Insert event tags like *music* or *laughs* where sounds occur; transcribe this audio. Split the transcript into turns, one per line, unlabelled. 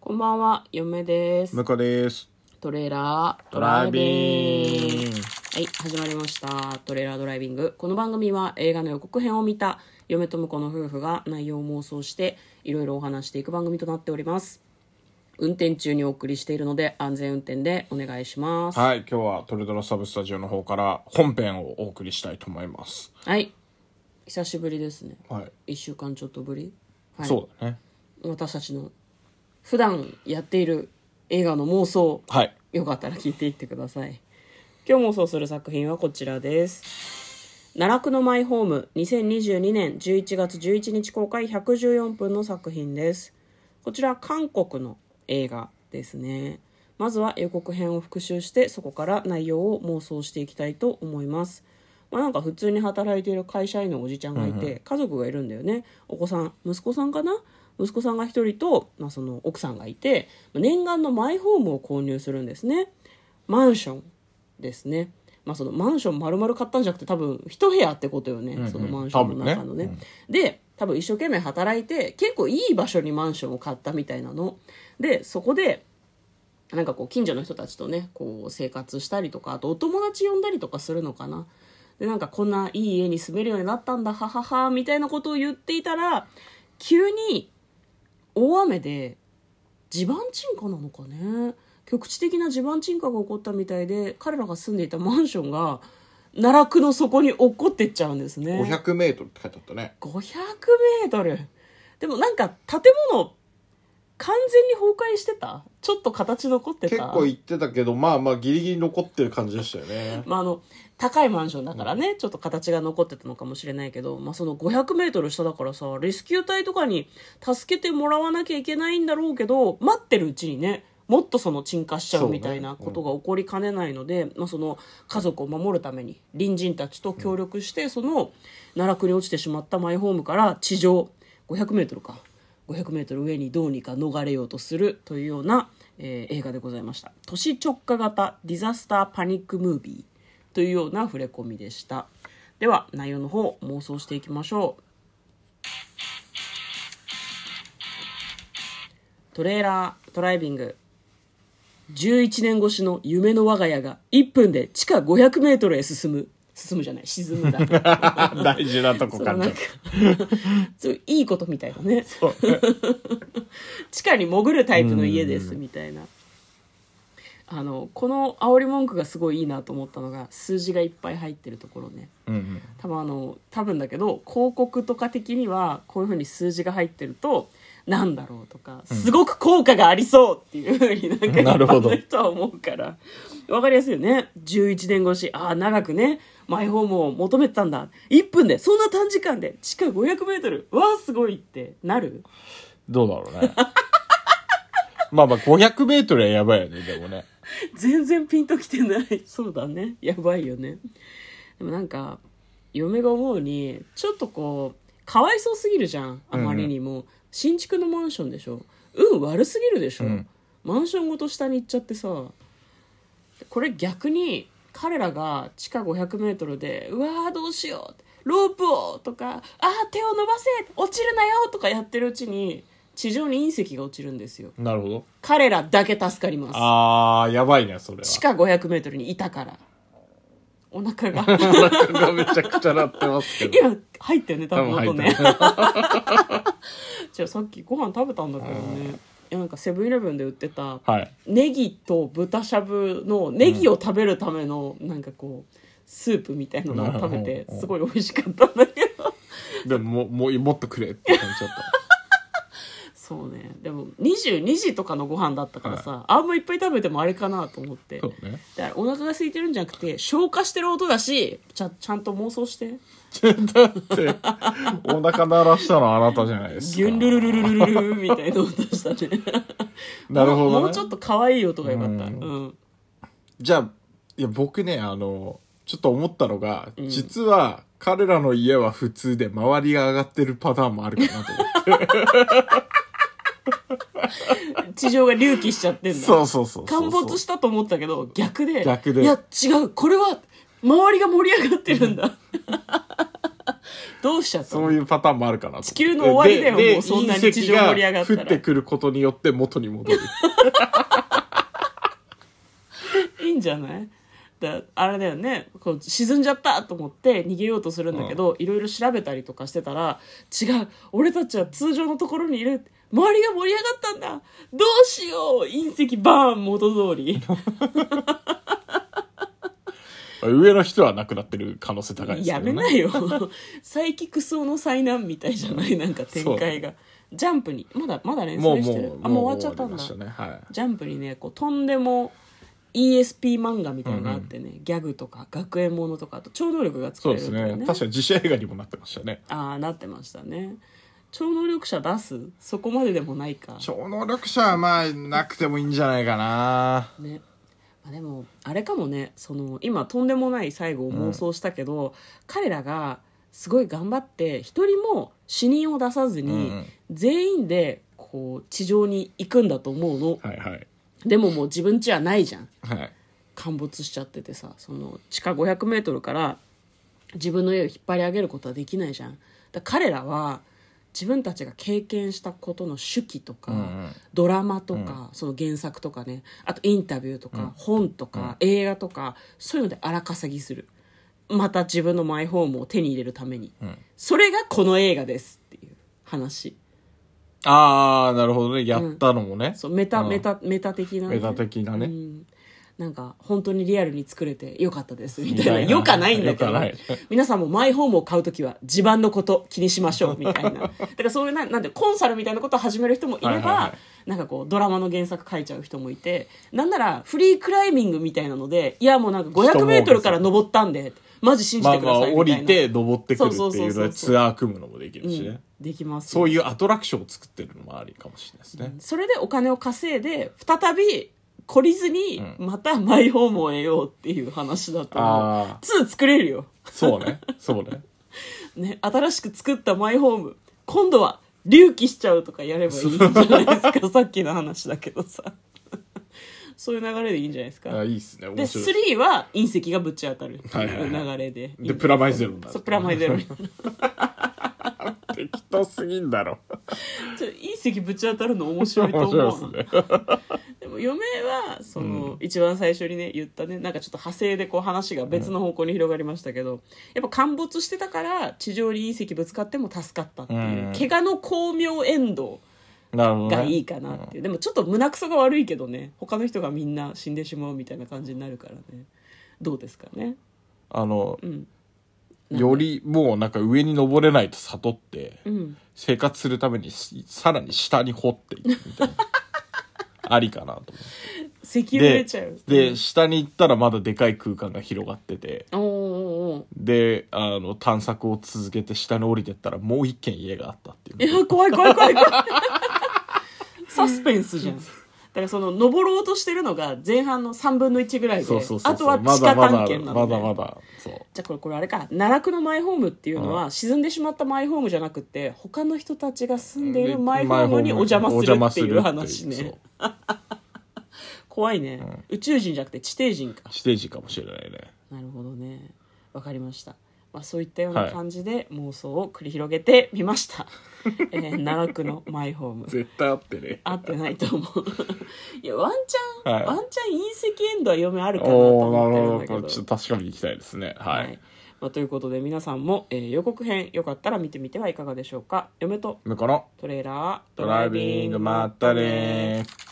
こんばんは、嫁です。
向こうです。
トレーラード
ドライビング。
はい、始まりました。トレーラードライビング。この番組は映画の予告編を見た嫁と婿の夫婦が内容を妄想していろいろお話していく番組となっております。運転中にお送りしているので安全運転でお願いします。は
はい、今日はトレドラサブスタジオの方から本編をお送りしたいと思います。
い。久しぶりですね。
はい。
1週間ちょっとぶり。はい、
そうだね。
私たちの普段やっている映画の妄想。
はい。
よかったら聞いていってください。今日妄想する作品はこちらです。奈落のマイホーム2022年11月11日公開114分の作品です。こちらは韓国の映画ですね。まずは予告編を復習してそこから内容を妄想していきたいと思います。まあ、なんか普通に働いている会社員のおじちゃんがいて、家族がいるんだよねお子さん息子さんかな息子さんが一人と、まあ、その奥さんがいてまあ念願のマイホームを購入するんですねマンションですね、まあ、そのマンション丸々買ったんじゃなくて多分一部屋ってことよね、そのマンションの中のね
多分
で多分一生懸命働いて結構いい場所にマンションを買ったみたいなのでそこでなんかこう近所の人たちとねこう生活したりとかあとお友達呼んだりとかするのかなでなんかこんないい家に住めるようになったんだはははみたいなことを言っていたら急に大雨で地盤沈下なのかね局地的な地盤沈下が起こったみたいで彼らが住んでいたマンションが奈落の底に落っこってっちゃうんですね
500メートルって書いてあったね。
500メートルでもなんか建物完全に崩壊してたちょっと形残ってた
結構行ってたけど、まあまあギリギリ残ってる感じでしたよね。
まあ、あの高いマンションだからね、ちょっと形が残ってたのかもしれないけど、まあ、その 500m 下だからさレスキュー隊とかに助けてもらわなきゃいけないんだろうけど待ってるうちにねもっとその沈下しちゃ
そううね
みたいなことが起こりかねないので、まあ、その家族を守るために隣人たちと協力して、その奈落に落ちてしまったマイホームから地上 500m か 500m 上にどうにか逃れようとするというような、えー映画でございました都市直下型ディザスターパニックムービーというような触れ込みでしたでは内容の方妄想していきましょうトレーラードライビング11年越しの夢の我が家が1分で地下 500m へ進む進むじゃない沈むだ
*laughs*
*laughs*
大事なとこ
その
感
な
じ
ん
ゃ
か *laughs* そういいことみたいなね
う
地下に潜るタイプの家ですみたいなあのこの煽り文句がすごいいいなと思ったのが数字がいっぱい入ってるところね
うんうん。
多分あの多分だけど広告とか的にはこういうふうに数字が入ってるとなんだろうとかすごく効果がありそうっていうふうになんか一
*laughs* なるほ
般
ど
の人は思うからわかりやすいよね11年越しああ長くねマイホームを求めてたんだ1分でそんな短時間で地下 500m わあすごいってなる
どうだろうね。 *laughs* まあまあ500メートルはやばいよね、でもね。
全然ピンときてないそうだねやばいよねでもなんか嫁が思うにちょっとこうかわいそうすぎるじゃんあまりにも、新築のマンションでしょ運悪すぎるでしょ、
うん
マンションごと下に行っちゃってさこれ逆に彼らが地下 500m で「うわーどうしよう」ロープをとか「あー手を伸ばせ落ちるなよ」とかやってるうちに地上に隕石が落ちるんですよ
なるほど。
彼らだけ助かります
あー、やばいね、それは。
地下 500m にいたからお腹
*laughs*
が
腹がめちゃくちゃなってますけど。
今入ったよね多
多
分
分
音
入っ
ね
てる。
*laughs* じゃあさっきご飯食べたんだけどねいやなんかセブンイレブンで売ってた
はい。
ネギと豚しゃぶのネギを食べるためのなんかこうスープみたいなのを食べて
うん
すごい美味しかったんだけど
でも、もう、もっとくれって感じだった。
そうねでも22時とかのご飯だったからさあんまいっぱい食べてもあれかなと思って
そう *laughs* ね。
だからお腹が空いてるんじゃなくて消化してる音だしちゃちゃんと妄想して。
って *laughs* お腹鳴らしたのはあなたじゃないですか。
ギュンルルルルルルルみたいな音したね。
なるほど、ね。
もうちょっと可愛い音が良かった。う。
うんじゃあ、いや、僕ね、あの、ちょっと思ったのが、実は彼らの家は普通で周りが上がってるパターンもあるかな
*laughs*
と思って。
地上が隆起しちゃってんだ。
そうそうそうそう。
陥没したと思ったけど、逆で。
逆で
いや、違う。これは、周りが盛り上がってるんだ。どうしちゃった
そ
の
ういうパターンもあるかなと
地球の終わりだよ
で
もうそんな
で隕石
日常盛り上がったら
降ってくることによって元に戻る *laughs*
いいんじゃないだあれだよねこう沈んじゃったと思って逃げようとするんだけどいろいろ調べたりとかしてたら違う俺たちは通常のところにいる周りが盛り上がったんだどうしよう隕石バーン元通り
上の人は亡くなってる可能性高いですけど
やめ
ね
ないよ *laughs* サイキクソの災難みたいじゃないなんか展開がジャンプにまだまだ連
もう
載
も
して
う
る
もう
あもう終わっちゃったんだ
終わりましたねはい
ジャンプにねこうとんでも ESP 漫画みたいなのがあってね、ギャグとか学園ものとかあと超能力が
そ
作
う
れる
です
とか
ね確かに自社映画にもなってましたね
ああなってましたね超能力者出すそこまででもないか、
超能力者はまあなくてもいいんじゃないかな
ねまあ、でもあれかもねその今とんでもない最後を妄想したけど、彼らがすごい頑張って一人も死人を出さずに、
うんうん
全員でこう地上に行くんだと思うの
はいはい
でももう自分家はないじゃん
はい
陥没しちゃっててさその地下 500m から自分の家を引っ張り上げることはできないじゃんだから彼らは自分たちが経験したことの手記とか、
うんうん
ドラマとか、その原作とかねあとインタビューとか、本とか、映画とかそういうので荒稼ぎするまた自分のマイホームを手に入れるために、
ん
それがこの映画ですっていう話
ああなるほどねやったのもね、
そうメタ、
うん
メタメタ的なね、
メタ的なね、
うんなんか本当にリアルに作れてよかったですみたいな
みたいな
よかないんだけど
よかない
皆さんもマイホームを買う時は地盤のこと気にしましょうみたい
*laughs*
なだからそういうななんでコンサルみたいなことを始める人もいれば、
はいはいはい
なんかこうドラマの原作書いちゃう人もいてなんならフリークライミングみたいなのでいやもうなんか
人も多いです
500m から登ったんでマジ信じ
まあ
てく
ま
だ
あ
さいみ
降
たいな、
りて登ってくる
そう
って
そ
い
そ
うう
うそう
のでツアー組むのもできるしね、
うんできますよ
そういうアトラクションを作ってるのもありかもしれないですね、
それでお金を稼いで再び懲りずに
うん
またマイホームを得ようっていう話だと思う、
あ
2作れるよ、
そうねそう
*laughs*
ね
ね、新しく作ったマイホーム今度は隆起しちゃうとかやればいいんじゃないですかさっきの話だけどさそういう流れでいいんじゃないですか
あいいっすね
で
面白い
3は隕石がぶち当たるって
はい
い
は
う
いは
流れでいいんじゃない
でプラマイゼロになる
そうプラマイゼロにちょ
適当すぎんだろ
隕石ぶち当たるの面白いと
面
思うな
白いですね
でも嫁はその、一番最初にね言ったねなんかちょっと派生でこう話が別の方向に広がりましたけど、やっぱ陥没してたから地上に隕石ぶつかっても助かったっていう、
うん
怪我の巧妙エンド
なるほど、
が
ね、
いいかなっていう、でもちょっと胸くそが悪いけどね他の人がみんな死んでしまうみたいな感じになるからねどうですかね
あの、
ん
よりもうなんか上に登れないと悟って、
うん
生活するためにしさらに下に掘っていくみたいなありかなと思って
*laughs* 石油
で
出ちゃう
で下に行ったらまだでかい空間が広がってて
おーお
であの探索を続けて下に降りてったらもう一軒家があったって
ーお
いう
ーいや怖い怖い
*laughs*
怖い怖いサスペンスじゃんだからその登ろうとしてるのが前半の3分の1ぐらいで
そうそうそう
あと
そう
は
ま
地下
だまだ
探検なの
ま
で
だまだそう
じゃあこれこれあれか奈落のマイホームっていうのは沈んでしまったマイホームじゃなくて他の人たちが住んでいるマイホームにお邪魔するっていう話
お邪魔するってい
ね
う
怖いね、宇宙人じゃなくて地底人か
そう地底人かもしれないね
なるほどねわかりました、まあ、そういったような感じで妄想を繰り広げてみました、 *laughs* えー奈落のマイホーム
絶対あってね
合ってないと思ういやワンチャン、
はい
ワンチャン隕石エンドは嫁あるかなと
おおーなる
思っ
ほ
て
ど
る
こ
んだ
れ
け
ち
ど
ょっと確かめに行きたいですねはい、
まあ、ということで皆さんも、えー予告編よかったら見てみてはいかがでしょうか嫁と
向こうの
トレーラード
ドライビングまったねー